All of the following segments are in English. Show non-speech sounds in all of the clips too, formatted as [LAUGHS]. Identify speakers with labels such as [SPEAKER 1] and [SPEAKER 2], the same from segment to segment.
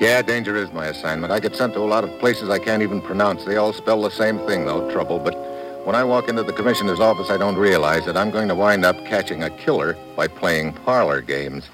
[SPEAKER 1] Yeah, danger is my assignment. I get sent to a lot of places I can't even pronounce. They all spell the same thing, though, trouble. But when I walk into the commissioner's office, I don't realize that I'm going to wind up catching a killer by playing parlor games.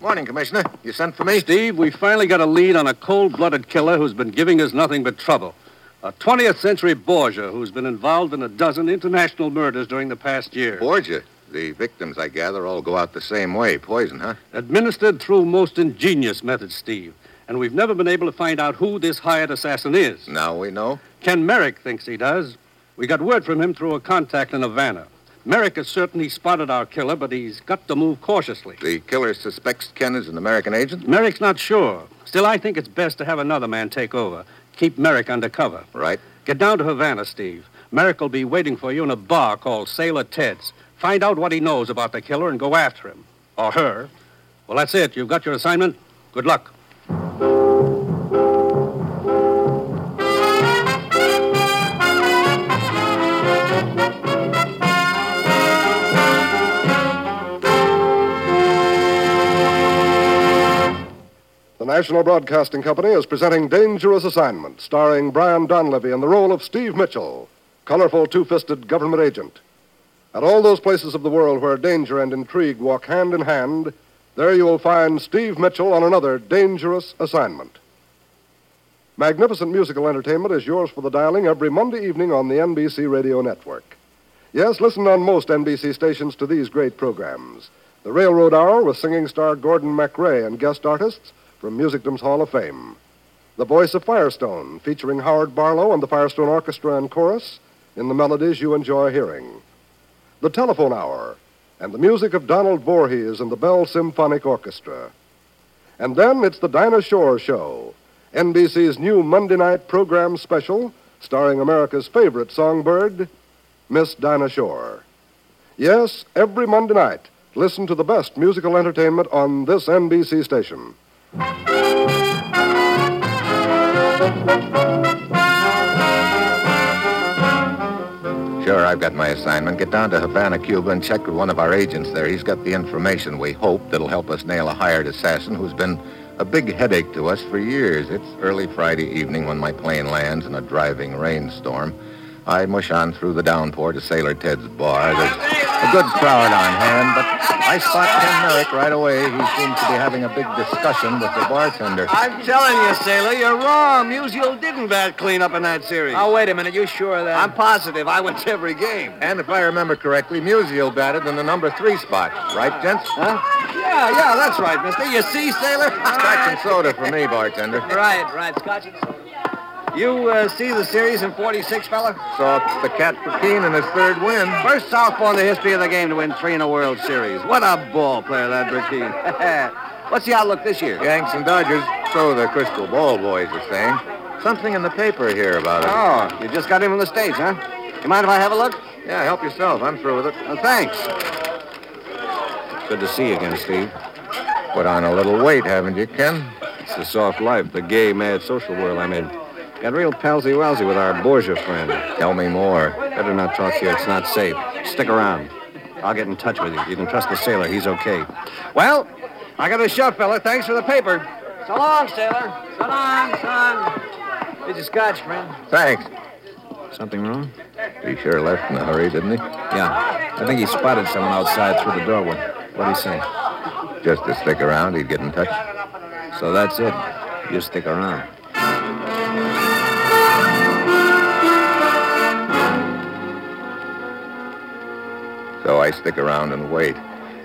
[SPEAKER 1] Morning, Commissioner. You sent for me?
[SPEAKER 2] Steve, we finally got a lead on a cold blooded killer who's been giving us nothing but trouble. A 20th century Borgia who's been involved in a dozen international murders during the past year.
[SPEAKER 1] Borgia. The victims, I gather, all go out the same way. Poison, huh?
[SPEAKER 2] Administered through most ingenious methods, Steve. And we've never been able to find out who this hired assassin is.
[SPEAKER 1] Now we know.
[SPEAKER 2] Ken Merrick thinks he does. We got word from him through a contact in Havana. Merrick is certain he spotted our killer, but he's got to move cautiously.
[SPEAKER 1] The killer suspects Ken is an American agent?
[SPEAKER 2] Merrick's not sure. Still, I think it's best to have another man take over. Keep Merrick under cover.
[SPEAKER 1] Right.
[SPEAKER 2] Get down to Havana, Steve. Merrick will be waiting for you in a bar called Sailor Ted's. Find out what he knows about the killer and go after him. Or her. Well, that's it. You've got your assignment. Good luck.
[SPEAKER 3] The National Broadcasting Company is presenting Dangerous Assignment, starring Brian Donlevy in the role of Steve Mitchell, colorful two fisted government agent. At all those places of the world where danger and intrigue walk hand in hand, there you will find Steve Mitchell on another dangerous assignment. Magnificent musical entertainment is yours for the dialing every Monday evening on the NBC Radio Network. Yes, listen on most NBC stations to these great programs. The Railroad Hour with singing star Gordon McRae and guest artists from Musicdom's Hall of Fame. The Voice of Firestone, featuring Howard Barlow and the Firestone Orchestra and Chorus in the melodies you enjoy hearing. The Telephone Hour, and the music of Donald Voorhees and the Bell Symphonic Orchestra. And then it's the Dinah Shore Show, NBC's new Monday night program special starring America's favorite songbird, Miss Dinah Shore. Yes, every Monday night, listen to the best musical entertainment on this NBC station.
[SPEAKER 1] Sure, I've got my assignment. Get down to Havana, Cuba, and check with one of our agents there. He's got the information we hope that'll help us nail a hired assassin who's been a big headache to us for years. It's early Friday evening when my plane lands in a driving rainstorm. I mush on through the downpour to Sailor Ted's bar. There's a good crowd on hand, but I spot Ken Merrick right away. He seems to be having a big discussion with the bartender.
[SPEAKER 4] I'm telling you, Sailor, you're wrong. Musial didn't bat clean up in that series.
[SPEAKER 5] Oh, wait a minute. You sure of that?
[SPEAKER 4] I'm positive. I went to every game.
[SPEAKER 1] And if I remember correctly, Musial batted in the number three spot. Right, gents? Huh?
[SPEAKER 4] Yeah, yeah, that's right, mister. You see, Sailor?
[SPEAKER 1] Scotch and soda for me, bartender.
[SPEAKER 5] Right, right. Scotch and soda.
[SPEAKER 4] You uh, see the series in 46, fella?
[SPEAKER 1] Saw the Cat for Keen in his third win.
[SPEAKER 4] First southpaw in the history of the game to win three in a World Series. What a ball player that Burkeen. [LAUGHS] What's the outlook this year?
[SPEAKER 1] Yanks and Dodgers, so the Crystal Ball boys are saying. Something in the paper here about it.
[SPEAKER 4] Oh, you just got in from the States, huh? You mind if I have a look?
[SPEAKER 1] Yeah, help yourself. I'm through with it.
[SPEAKER 4] Uh, thanks. Good to see you again, Steve.
[SPEAKER 1] Put on a little weight, haven't you, Ken?
[SPEAKER 2] It's the soft life, the gay, mad social world I'm in. Got real palsy-walsy with our Borgia friend.
[SPEAKER 1] Tell me more.
[SPEAKER 2] Better not talk here. It's not safe. Stick around.
[SPEAKER 4] I'll get in touch with you. You can trust the sailor. He's okay. Well, I got a shot, fella. Thanks for the paper.
[SPEAKER 5] So long, sailor. So long, so long. Here's your scotch, friend.
[SPEAKER 1] Thanks.
[SPEAKER 4] Something wrong?
[SPEAKER 1] He sure left in a hurry, didn't he?
[SPEAKER 4] Yeah. I think he spotted someone outside through the doorway. What'd he say?
[SPEAKER 1] Just to stick around, he'd get in touch.
[SPEAKER 4] So that's it. You stick around.
[SPEAKER 1] So I stick around and wait.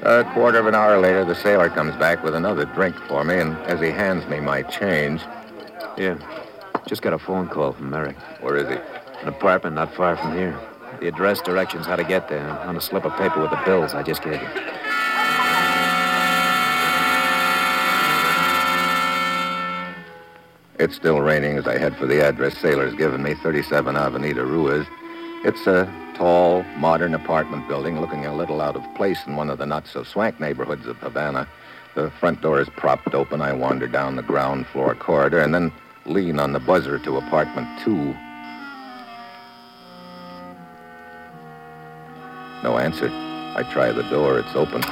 [SPEAKER 1] A quarter of an hour later, the sailor comes back with another drink for me, and as he hands me my change,
[SPEAKER 4] Here. Just got a phone call from Merrick.
[SPEAKER 1] where is he?
[SPEAKER 4] An apartment not far from here. The address, directions, how to get there, on a slip of paper with the bills I just gave you.
[SPEAKER 1] It's still raining as I head for the address Sailor's given me, 37 Avenida Ruiz. It's a tall, modern apartment building looking a little out of place in one of the not-so-swank neighborhoods of Havana. The front door is propped open. I wander down the ground floor corridor and then lean on the buzzer to apartment two. No answer. I try the door. It's open.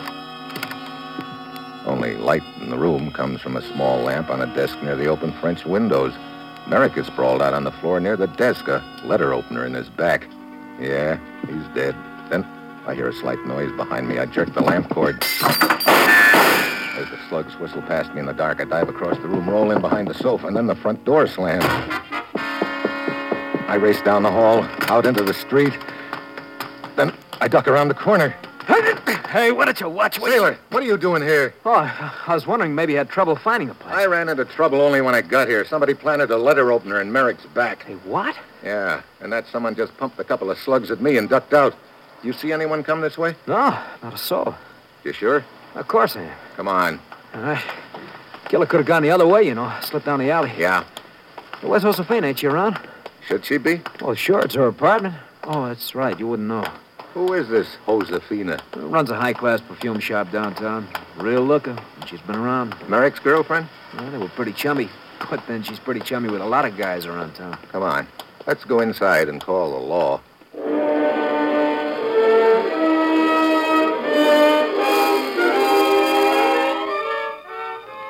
[SPEAKER 1] Only light in the room comes from a small lamp on a desk near the open French windows. Merrick is sprawled out on the floor near the desk, a letter opener in his back. Yeah, he's dead. Then I hear a slight noise behind me. I jerk the lamp cord. As the slugs whistle past me in the dark, I dive across the room, roll in behind the sofa, and then the front door slams. I race down the hall, out into the street. Then I duck around the corner.
[SPEAKER 4] Hey, why don't you watch what
[SPEAKER 1] Sailor, what are you doing here?
[SPEAKER 4] Oh, I was wondering maybe you had trouble finding a place.
[SPEAKER 1] I ran into trouble only when I got here. Somebody planted a letter opener in Merrick's back.
[SPEAKER 4] Hey, what?
[SPEAKER 1] Yeah, and that someone just pumped a couple of slugs at me and ducked out. You see anyone come this way?
[SPEAKER 4] No, not a soul.
[SPEAKER 1] You sure?
[SPEAKER 4] Of course I am.
[SPEAKER 1] Come on.
[SPEAKER 4] All right. Killer could have gone the other way, you know. Slipped down the alley.
[SPEAKER 1] Yeah.
[SPEAKER 4] Where's Josefina? Ain't she around?
[SPEAKER 1] Should she be?
[SPEAKER 4] Well, sure, it's her apartment. Oh, that's right. You wouldn't know.
[SPEAKER 1] Who is this Josefina?
[SPEAKER 4] Runs a high-class perfume shop downtown. Real looker. and She's been around.
[SPEAKER 1] Merrick's girlfriend?
[SPEAKER 4] Well, they were pretty chummy. [LAUGHS] But then she's pretty chummy with a lot of guys around town.
[SPEAKER 1] Come on. Let's go inside and call the law.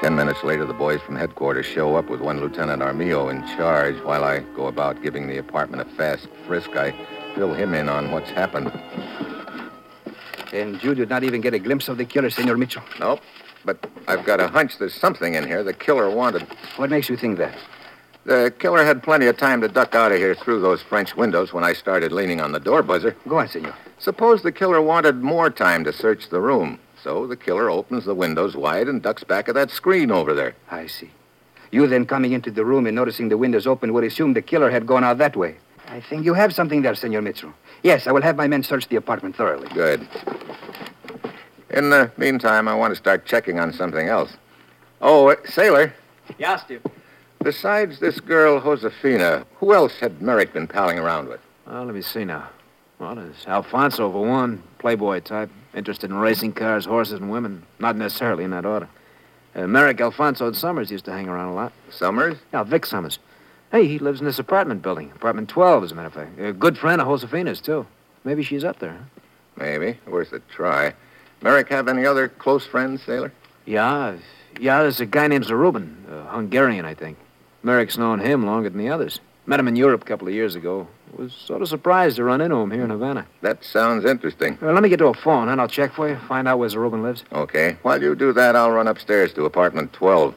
[SPEAKER 1] Ten minutes later, the boys from headquarters show up with one Lieutenant Armillo in charge. While I go about giving the apartment a fast frisk, I fill him in on what's happened. [LAUGHS]
[SPEAKER 4] And you did not even get a glimpse of the killer, Senor Mitchell.
[SPEAKER 1] Nope. But I've got a hunch there's something in here the killer wanted.
[SPEAKER 4] What makes you think that?
[SPEAKER 1] The killer had plenty of time to duck out of here through those French windows when I started leaning on the door buzzer.
[SPEAKER 4] Go on, senor.
[SPEAKER 1] Suppose the killer wanted more time to search the room. So the killer opens the windows wide and ducks back of that screen over there.
[SPEAKER 4] I see. You then coming into the room and noticing the windows open would assume the killer had gone out that way. I think you have something there, Senor Mitchell. Yes, I will have my men search the apartment thoroughly.
[SPEAKER 1] Good. In the meantime, I want to start checking on something else. Oh, uh, Sailor,
[SPEAKER 5] Yeah, Steve.
[SPEAKER 1] besides this girl, Josefina, who else had Merrick been palling around with?
[SPEAKER 4] Well, let me see now. Well, there's Alfonso for one, playboy type, interested in racing cars, horses, and women. Not necessarily in that order. Uh, Merrick Alfonso and Summers used to hang around a lot.
[SPEAKER 1] Summers?
[SPEAKER 4] Yeah, Vic Summers. Hey, he lives in this apartment building, apartment 12, as a matter of fact. A good friend of Josefina's, too. Maybe she's up there. Huh?
[SPEAKER 1] Maybe. Worth a try. Merrick have any other close friends, Sailor?
[SPEAKER 4] Yeah, yeah, there's a guy named Zarubin, a Hungarian, I think. Merrick's known him longer than the others. Met him in Europe a couple of years ago. Was sort of surprised to run into him here in Havana.
[SPEAKER 1] That sounds interesting.
[SPEAKER 4] Uh, let me get to a phone, and I'll check for you, find out where Zarubin lives.
[SPEAKER 1] Okay. While you do that, I'll run upstairs to apartment 12.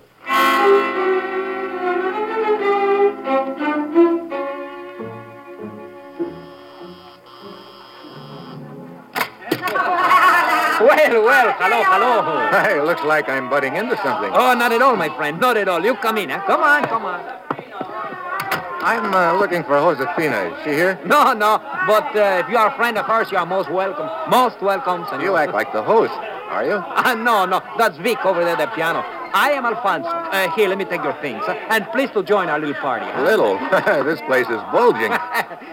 [SPEAKER 4] Well, well, hello, hello.
[SPEAKER 1] [LAUGHS] Hey, looks like I'm butting into something.
[SPEAKER 4] Oh, not at all, my friend, not at all. You come in, huh? Come on, come on.
[SPEAKER 1] I'm uh, looking for Josefina. Is she here?
[SPEAKER 4] No, no, but uh, if you are a friend of hers, you are most welcome. Most welcome, senor.
[SPEAKER 1] You act like the host, are you?
[SPEAKER 4] [LAUGHS] Ah, no, no, that's Vic over there at the piano. I am Alfonso. Uh, here, let me take your things. huh? And please to join our little party. huh? [LAUGHS]
[SPEAKER 1] Little. [LAUGHS] this place is bulging.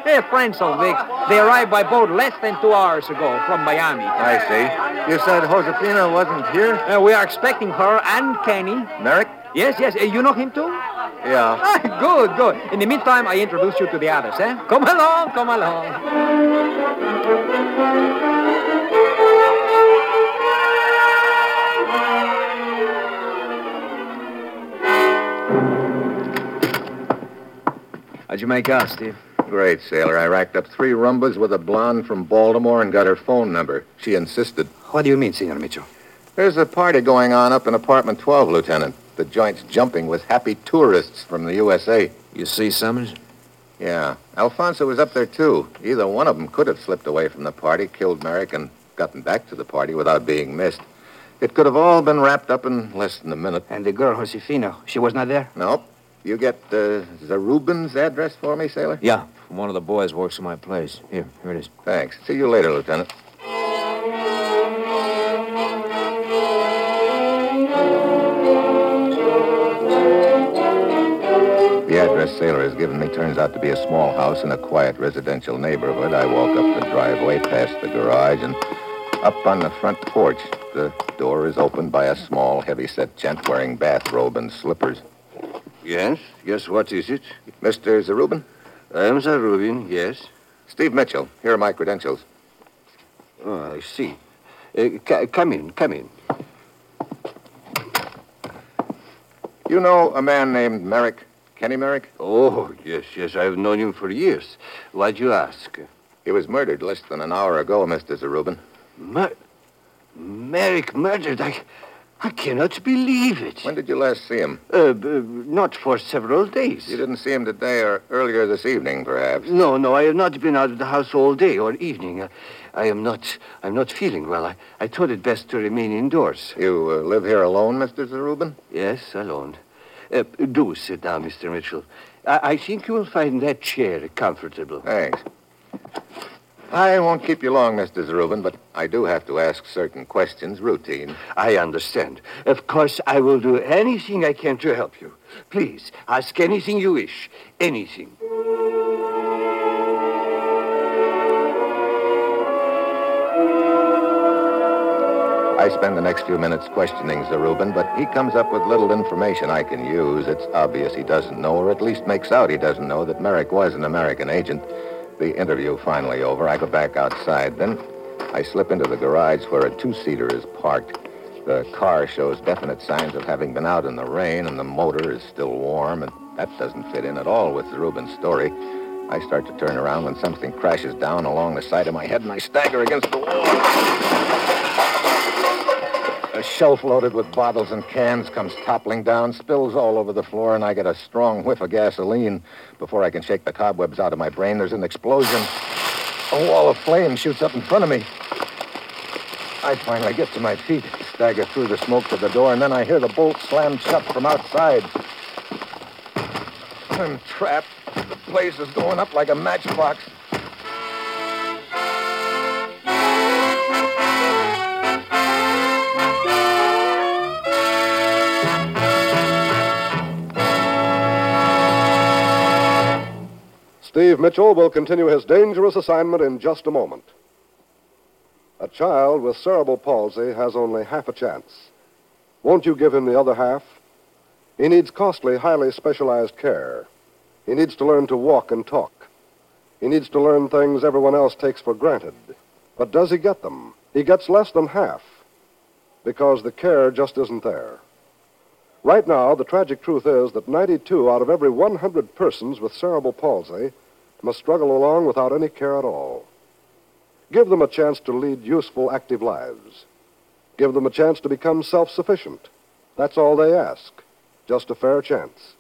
[SPEAKER 4] They're friends of Vic's. They arrived by boat less than two hours ago from Miami.
[SPEAKER 1] I see. You said Josefina wasn't here?
[SPEAKER 4] Uh, we are expecting her and Kenny.
[SPEAKER 1] Merrick?
[SPEAKER 4] Yes, yes. uh, you know him too? [LAUGHS]
[SPEAKER 1] Yeah.
[SPEAKER 4] Ah, good, good. In the meantime, I introduce you to the others. Eh? Come along, come along. How'd you make out, Steve?
[SPEAKER 1] Great, Sailor. I racked up three rumbas with a blonde from Baltimore and got her phone number. She insisted.
[SPEAKER 6] What do you mean, Senor Mitchell?
[SPEAKER 1] There's a party going on up in apartment 12, Lieutenant. The joint's jumping with happy tourists from the USA.
[SPEAKER 4] You see Summers?
[SPEAKER 1] Yeah. Alfonso was up there, too. Either one of them could have slipped away from the party, killed Merrick, and gotten back to the party without being missed. It could have all been wrapped up in less than a minute.
[SPEAKER 6] And the girl, Josefina, she was not there?
[SPEAKER 1] Nope. You get uh, Zarubin's address for me, Sailor?
[SPEAKER 4] Yeah, from one of the boys works in my place. Here, here it is.
[SPEAKER 1] Thanks. See you later, Lieutenant. The address Sailor has given me turns out to be a small house in a quiet residential neighborhood. I walk up the driveway, past the garage, and up on the front porch. The door is opened by a small, heavy-set gent wearing bathrobe and slippers.
[SPEAKER 7] Yes, yes, what is it?
[SPEAKER 1] Mr. Zarubin?
[SPEAKER 7] I am Zarubin, yes.
[SPEAKER 1] Steve Mitchell. Here are my credentials.
[SPEAKER 7] Oh, I see. Uh, c- come in, come in.
[SPEAKER 1] You know a man named Merrick? Kenny Merrick?
[SPEAKER 7] Oh, yes, yes, I've known him for years. Why'd you ask?
[SPEAKER 1] He was murdered less than an hour ago, Mr. Zarubin.
[SPEAKER 7] Mer- Merrick murdered? I, I cannot believe it.
[SPEAKER 1] When did you last see him?
[SPEAKER 7] Uh, b- not for several days.
[SPEAKER 1] You didn't see him today or earlier this evening, perhaps.
[SPEAKER 7] No, no, I have not been out of the house all day or evening. I, I am not, I'm not feeling well. I, I thought it best to remain indoors.
[SPEAKER 1] You uh, live here alone, Mr. Zarubin?
[SPEAKER 7] Yes, alone. Uh, do sit down, Mr. Mitchell. I, I think you will find that chair comfortable.
[SPEAKER 1] Thanks. I won't keep you long, Mr. Zarubin, but I do have to ask certain questions, routine.
[SPEAKER 7] I understand. Of course, I will do anything I can to help you. Please, ask anything you wish. Anything.
[SPEAKER 1] I spend the next few minutes questioning Zarubin, but he comes up with little information I can use. It's obvious he doesn't know, or at least makes out he doesn't know, that Merrick was an American agent. The interview finally over, I go back outside. Then I slip into the garage where a two-seater is parked. The car shows definite signs of having been out in the rain, and the motor is still warm, and that doesn't fit in at all with Zarubin's story. I start to turn around when something crashes down along the side of my head, and I stagger against the wall. A shelf loaded with bottles and cans comes toppling down, spills all over the floor, and I get a strong whiff of gasoline. Before I can shake the cobwebs out of my brain, there's an explosion. A wall of flame shoots up in front of me. I finally get to my feet, stagger through the smoke to the door, and then I hear the bolt slam shut from outside. I'm trapped. The place is going up like a matchbox.
[SPEAKER 3] Steve Mitchell will continue his dangerous assignment in just a moment. A child with cerebral palsy has only half a chance. Won't you give him the other half? He needs costly, highly specialized care. He needs to learn to walk and talk. He needs to learn things everyone else takes for granted. But does he get them? He gets less than half because the care just isn't there. Right now, the tragic truth is that 92 out of every 100 persons with cerebral palsy must struggle along without any care at all. Give them a chance to lead useful, active lives. Give them a chance to become self sufficient. That's all they ask. Just a fair chance.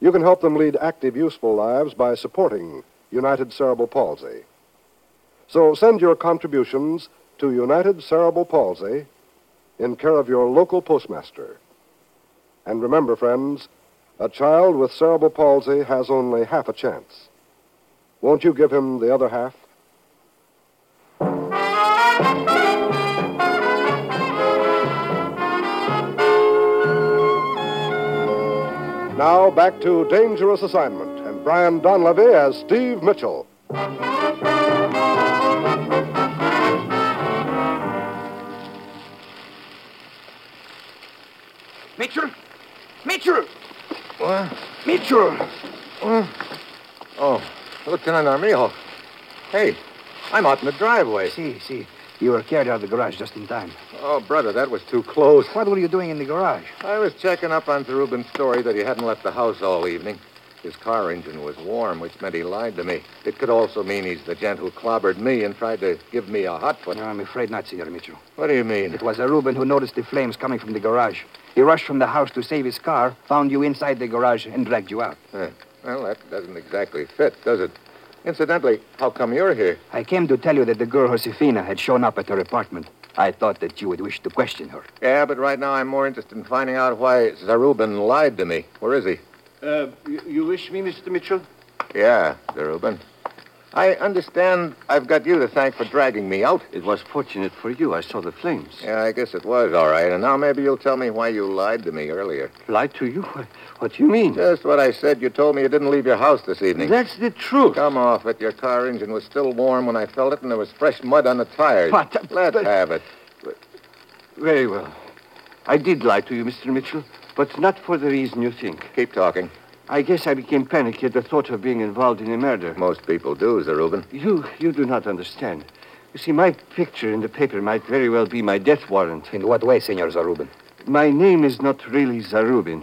[SPEAKER 3] You can help them lead active, useful lives by supporting United Cerebral Palsy. So send your contributions to United Cerebral Palsy in care of your local postmaster. And remember, friends, a child with cerebral palsy has only half a chance. Won't you give him the other half? Now back to Dangerous Assignment and Brian Donlevy as Steve Mitchell.
[SPEAKER 5] Mitchell? Mitchell!
[SPEAKER 1] What?
[SPEAKER 5] Mitchell!
[SPEAKER 1] Oh, Lieutenant Armijo. Hey, I'm out in the driveway.
[SPEAKER 6] See, see. You were carried out of the garage just in time.
[SPEAKER 1] Oh, brother, that was too close.
[SPEAKER 6] What were you doing in the garage?
[SPEAKER 1] I was checking up on Zarubin's story that he hadn't left the house all evening. His car engine was warm, which meant he lied to me. It could also mean he's the gent who clobbered me and tried to give me a hot foot.
[SPEAKER 6] No, I'm afraid not, Senor Mitchell.
[SPEAKER 1] What do you mean? [LAUGHS]
[SPEAKER 6] It was a Reuben who noticed the flames coming from the garage. He rushed from the house to save his car, found you inside the garage, and dragged you out.
[SPEAKER 1] Well, that doesn't exactly fit, does it? Incidentally, how come you're here?
[SPEAKER 6] I came to tell you that the girl Josefina had shown up at her apartment. I thought that you would wish to question her.
[SPEAKER 1] Yeah, but right now I'm more interested in finding out why Zarubin lied to me. Where is he?
[SPEAKER 7] Uh, you, you wish me, Mr. Mitchell?
[SPEAKER 1] Yeah, Zarubin. I understand I've got you to thank for dragging me out.
[SPEAKER 7] It was fortunate for you. I saw the flames.
[SPEAKER 1] Yeah, I guess it was all right. And now maybe you'll tell me why you lied to me earlier.
[SPEAKER 7] Lied to you? What, what do you mean?
[SPEAKER 1] Just what I said. You told me you didn't leave your house this evening.
[SPEAKER 7] That's the truth.
[SPEAKER 1] Come off it. Your car engine was still warm when I felt it, and there was fresh mud on the tires.
[SPEAKER 7] But- uh,
[SPEAKER 1] Let's
[SPEAKER 7] but-
[SPEAKER 1] have it.
[SPEAKER 7] Very well. I did lie to you, Mr. Mitchell, but not for the reason you think.
[SPEAKER 1] Keep talking.
[SPEAKER 7] I guess I became panicky at the thought of being involved in a murder.
[SPEAKER 1] Most people do, Zarubin.
[SPEAKER 7] You, you do not understand. You see, my picture in the paper might very well be my death warrant.
[SPEAKER 6] In what way, Senor Zarubin?
[SPEAKER 7] My name is not really Zarubin.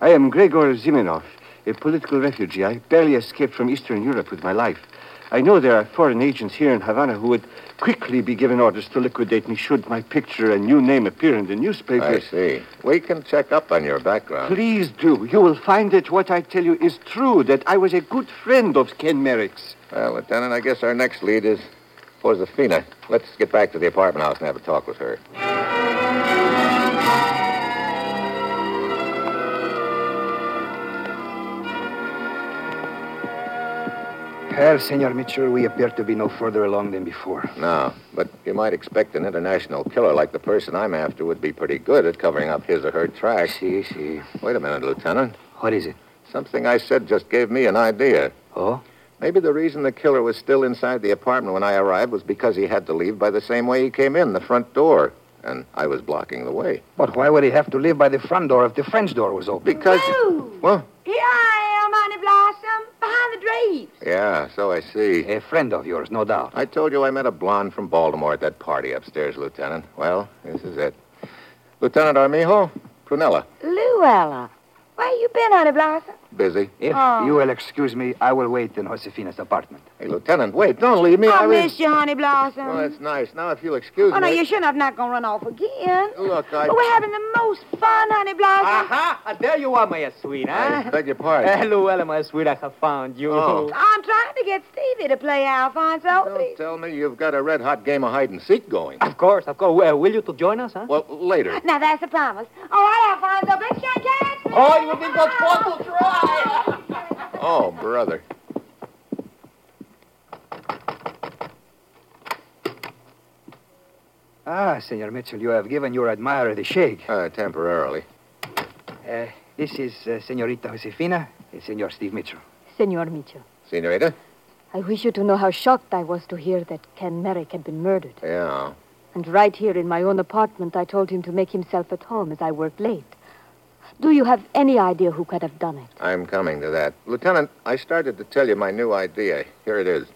[SPEAKER 7] I am Gregor Ziminov, a political refugee. I barely escaped from Eastern Europe with my life. I know there are foreign agents here in Havana who would quickly be given orders to liquidate me should my picture and new name appear in the
[SPEAKER 1] I
[SPEAKER 7] newspapers.
[SPEAKER 1] see. We can check up on your background.
[SPEAKER 7] Please do. You will find that what I tell you is true, that I was a good friend of Ken Merrick's.
[SPEAKER 1] Well, Lieutenant, I guess our next lead is Josefina. Let's get back to the apartment house and have a talk with her.
[SPEAKER 6] Here, Senor Mitchell, we appear to be no further along than before.
[SPEAKER 1] No, but you might expect an international killer like the person I'm after would be pretty good at covering up his or her tracks.
[SPEAKER 6] See, see.
[SPEAKER 1] Wait a minute, Lieutenant.
[SPEAKER 6] What is it?
[SPEAKER 1] Something I said just gave me an idea.
[SPEAKER 6] Oh?
[SPEAKER 1] Maybe the reason the killer was still inside the apartment when I arrived was because he had to leave by the same way he came in, the front door. And I was blocking the way.
[SPEAKER 6] But why would he have to leave by the front door if the French door was open?
[SPEAKER 1] Because.
[SPEAKER 8] Boo!
[SPEAKER 1] Well,
[SPEAKER 8] Here I am, honey blossom, behind the drapes.
[SPEAKER 1] yeah, so I see.
[SPEAKER 6] A friend of yours, no doubt.
[SPEAKER 1] I told you I met a blonde from Baltimore at that party upstairs, Lieutenant. Well, this is it. Lieutenant Armijo, Prunella,
[SPEAKER 8] Luella, where you been, honey blossom?
[SPEAKER 1] busy.
[SPEAKER 6] If
[SPEAKER 8] Oh.
[SPEAKER 6] you will excuse me, I will wait in Josefina's apartment.
[SPEAKER 1] Hey, Lieutenant, wait, don't leave me.
[SPEAKER 8] I,
[SPEAKER 1] was-
[SPEAKER 8] miss you, honey blossom.
[SPEAKER 1] Well, that's nice. Now, if you'll excuse
[SPEAKER 8] oh, no,
[SPEAKER 1] me.
[SPEAKER 8] you shouldn't have not gonna run off again.
[SPEAKER 1] Look, I.
[SPEAKER 8] We're having the most fun, honey
[SPEAKER 5] Ah.
[SPEAKER 8] blossom.
[SPEAKER 5] Aha! There you are, my sweet,
[SPEAKER 1] I
[SPEAKER 5] huh?
[SPEAKER 1] beg your pardon.
[SPEAKER 5] Eh, Luella, my sweet, I have found you.
[SPEAKER 1] Oh.
[SPEAKER 8] I'm trying to get Stevie to play Alfonso.
[SPEAKER 1] Don't tell me you've got a red hot game of hide and seek going.
[SPEAKER 5] Of course, of course. Well, will you to join us, huh?
[SPEAKER 1] Well, later.
[SPEAKER 8] Now that's a promise. All right, Alfonso, big shot, catch.
[SPEAKER 5] Oh, you will be good fun to try.
[SPEAKER 1] Oh, brother.
[SPEAKER 6] Ah, Senor Mitchell, you have given your admirer the shake.
[SPEAKER 1] Uh, temporarily.
[SPEAKER 6] Uh, this is uh, Senorita Josefina, and Senor Steve Mitchell.
[SPEAKER 9] Senor Mitchell,
[SPEAKER 1] Senorita?
[SPEAKER 9] I wish you to know how shocked I was to hear that Ken Merrick had been murdered.
[SPEAKER 1] Yeah.
[SPEAKER 9] And right here in my own apartment, I told him to make himself at home as I worked late. Do you have any idea who could have done it?
[SPEAKER 1] I'm coming to that. Lieutenant, I started to tell you my new idea. Here it is.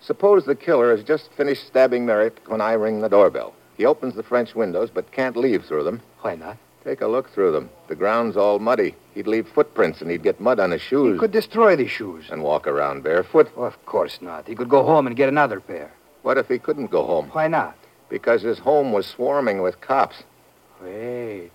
[SPEAKER 1] Suppose the killer has just finished stabbing Merrick when I ring the doorbell. He opens the French windows but can't leave through them.
[SPEAKER 6] Why not?
[SPEAKER 1] Take a look through them. The ground's all muddy. He'd leave footprints and he'd get mud on his
[SPEAKER 6] He
[SPEAKER 1] shoes
[SPEAKER 6] could destroy the shoes.
[SPEAKER 1] and walk around barefoot.
[SPEAKER 6] Oh, of course not. He could go home and get another pair.
[SPEAKER 1] What if he couldn't go home?
[SPEAKER 6] Why not?
[SPEAKER 1] Because his home was swarming with cops.
[SPEAKER 6] Wait.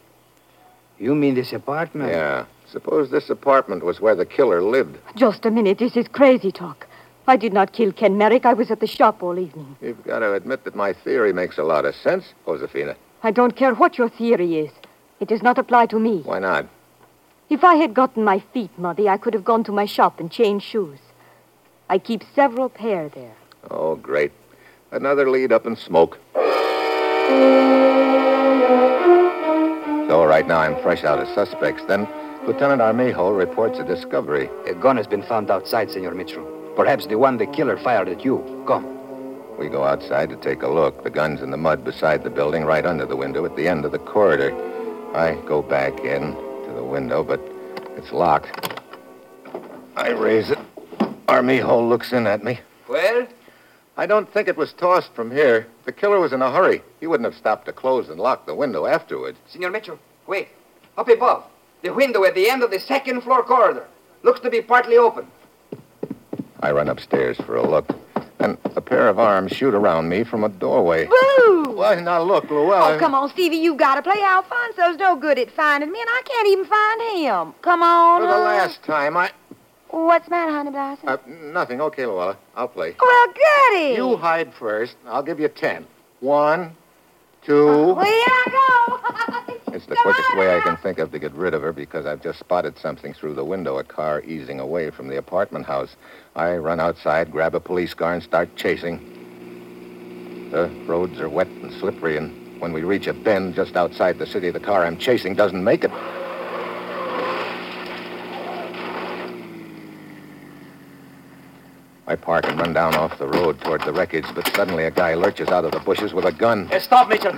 [SPEAKER 6] You mean this apartment?
[SPEAKER 1] Yeah. Suppose this apartment was where the killer lived.
[SPEAKER 9] Just a minute. This is crazy talk. I did not kill Ken Merrick. I was at the shop all evening.
[SPEAKER 1] You've got to admit that my theory makes a lot of sense, Josefina.
[SPEAKER 9] I don't care what your theory is. It does not apply to me.
[SPEAKER 1] Why not?
[SPEAKER 9] If I had gotten my feet muddy, I could have gone to my shop and changed shoes. I keep several pair there.
[SPEAKER 1] Oh, great. Another lead up in smoke. So, right now, I'm fresh out of suspects. Then, Lieutenant Armijo reports a discovery.
[SPEAKER 6] A gun has been found outside, Senor Mitchell. Perhaps the one the killer fired at you. Come.
[SPEAKER 1] We go outside to take a look. The gun's in the mud beside the building, right under the window at the end of the corridor. I go back in to the window, but it's locked. I raise it. Armijo looks in at me.
[SPEAKER 5] Well?
[SPEAKER 1] I don't think it was tossed from here. The killer was in a hurry. He wouldn't have stopped to close and lock the window afterwards.
[SPEAKER 5] Senor Mitchell, wait. Up above. The window at the end of the second floor corridor.
[SPEAKER 6] Looks to be partly open.
[SPEAKER 1] I run upstairs for a look. Then a pair of arms shoot around me from a doorway.
[SPEAKER 8] Boo!
[SPEAKER 1] Why, now look, Luella.
[SPEAKER 8] Oh, come on, Stevie, you gotta play Alfonso's no good at finding me, and I can't even find him. Come on.
[SPEAKER 1] For the
[SPEAKER 8] hon.
[SPEAKER 1] last time, I.
[SPEAKER 8] What's the matter, Honey Blossom?
[SPEAKER 1] Uh, nothing. Okay, Luella. I'll play.
[SPEAKER 8] well, goody.
[SPEAKER 1] You hide first. I'll give you ten. One, two.
[SPEAKER 8] Well, here I go.
[SPEAKER 1] [LAUGHS] It's the quickest way I can think of to get rid of her because I've just spotted something through the window, a car easing away from the apartment house. I run outside, grab a police car, and start chasing. The roads are wet and slippery, and when we reach a bend just outside the city, the car I'm chasing doesn't make it. I park and run down off the road toward the wreckage, but suddenly a guy lurches out of the bushes with a gun.
[SPEAKER 5] stop, Mitchell.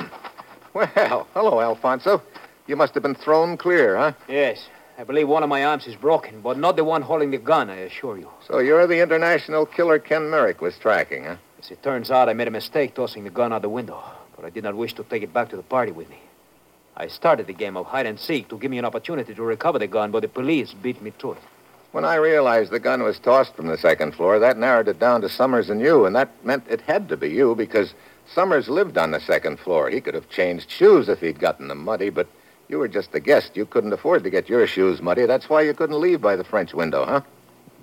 [SPEAKER 1] Well, hello, Alfonso. You must have been thrown clear, huh?
[SPEAKER 5] Yes, I believe one of my arms is broken, but not the one holding the gun, I assure you.
[SPEAKER 1] So you're the international killer Ken Merrick was tracking, huh?
[SPEAKER 5] As it turns out, I made a mistake tossing the gun out the window, but I did not wish to take it back to the party with me. I started the game of hide and seek to give me an opportunity to recover the gun, but the police beat me to it.
[SPEAKER 1] When I realized the gun was tossed from the second floor, that narrowed it down to Summers and you, and that meant it had to be you because Summers lived on the second floor. He could have changed shoes if he'd gotten them muddy, but you were just a guest. You couldn't afford to get your shoes muddy. That's why you couldn't leave by the French window, huh?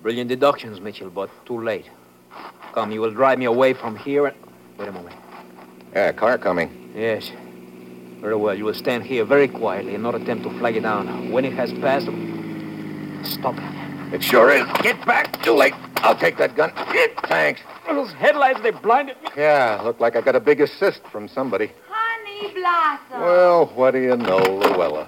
[SPEAKER 5] Brilliant deductions, Mitchell, but too late. Come, you will drive me away from here and. Wait a moment.
[SPEAKER 1] Yeah, car coming.
[SPEAKER 5] Yes. Very well. You will stand here very quietly and not attempt to flag it down. When it has passed, stop it.
[SPEAKER 1] It sure is. Get back. Too late. I'll take that gun. Get, thanks.
[SPEAKER 5] Those headlights, they blinded me.
[SPEAKER 1] Yeah, looked like I got a big assist from somebody.
[SPEAKER 8] [LAUGHS] Honey Blossom.
[SPEAKER 1] Well, what do you know, Luella?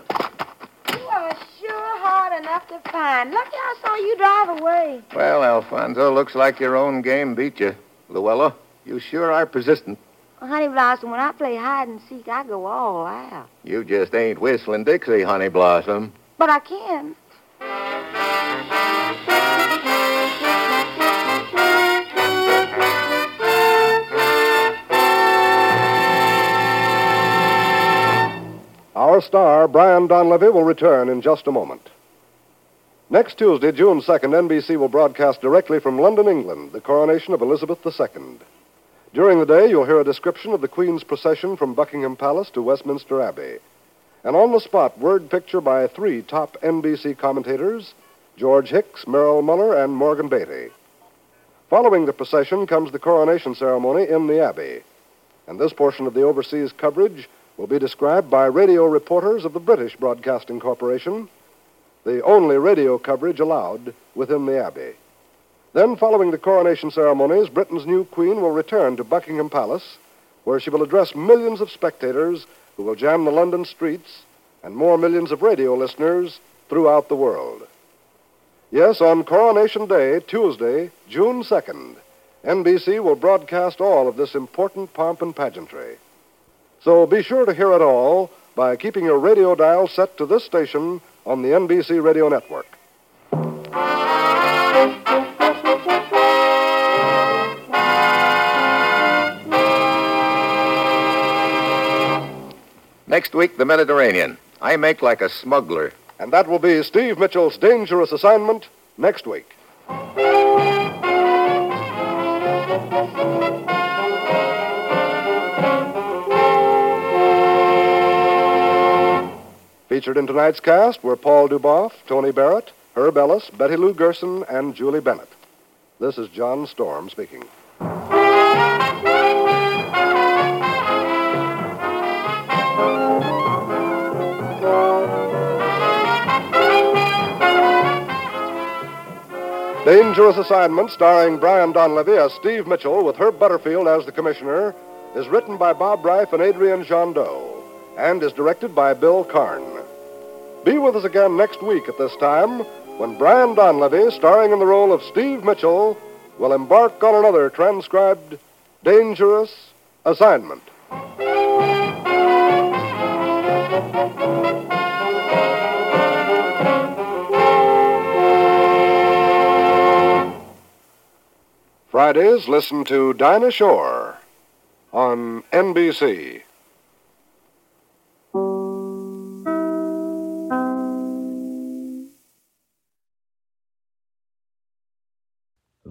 [SPEAKER 8] You are sure hard enough to find. Lucky I saw you drive away.
[SPEAKER 1] Well, Alfonso, looks like your own game beat you. Luella, you sure are persistent.
[SPEAKER 8] Well, Honey Blossom, when I play hide and seek, I go all out.
[SPEAKER 1] You just ain't whistling Dixie, honey blossom.
[SPEAKER 8] But I can.
[SPEAKER 3] Our star, Brian Donlevy, will return in just a moment. Next Tuesday, June 2nd, NBC will broadcast directly from London, England, the coronation of Elizabeth II. During the day, you'll hear a description of the Queen's procession from Buckingham Palace to Westminster Abbey. An on the spot word picture by three top NBC commentators George Hicks, Merrill Muller, and Morgan Beatty. Following the procession comes the coronation ceremony in the Abbey. And this portion of the overseas coverage will be described by radio reporters of the British Broadcasting Corporation, the only radio coverage allowed within the Abbey. Then, following the coronation ceremonies, Britain's new queen will return to Buckingham Palace, where she will address millions of spectators who will jam the London streets and more millions of radio listeners throughout the world. Yes, on Coronation Day, Tuesday, June 2nd, NBC will broadcast all of this important pomp and pageantry. So be sure to hear it all by keeping your radio dial set to this station on the NBC Radio Network.
[SPEAKER 1] Next week, the Mediterranean. I make like a smuggler.
[SPEAKER 3] And that will be Steve Mitchell's dangerous assignment next week. Featured in tonight's cast were Paul Duboff, Tony Barrett, Herb Ellis, Betty Lou Gerson, and Julie Bennett. This is John Storm speaking. Dangerous Assignment, starring Brian Donlevy as Steve Mitchell with Herb Butterfield as the commissioner, is written by Bob Reif and Adrian Jondeau and is directed by Bill Karn. Be with us again next week at this time when Brian Donlevy, starring in the role of Steve Mitchell, will embark on another transcribed Dangerous Assignment. Fridays, listen to Dinah Shore on NBC.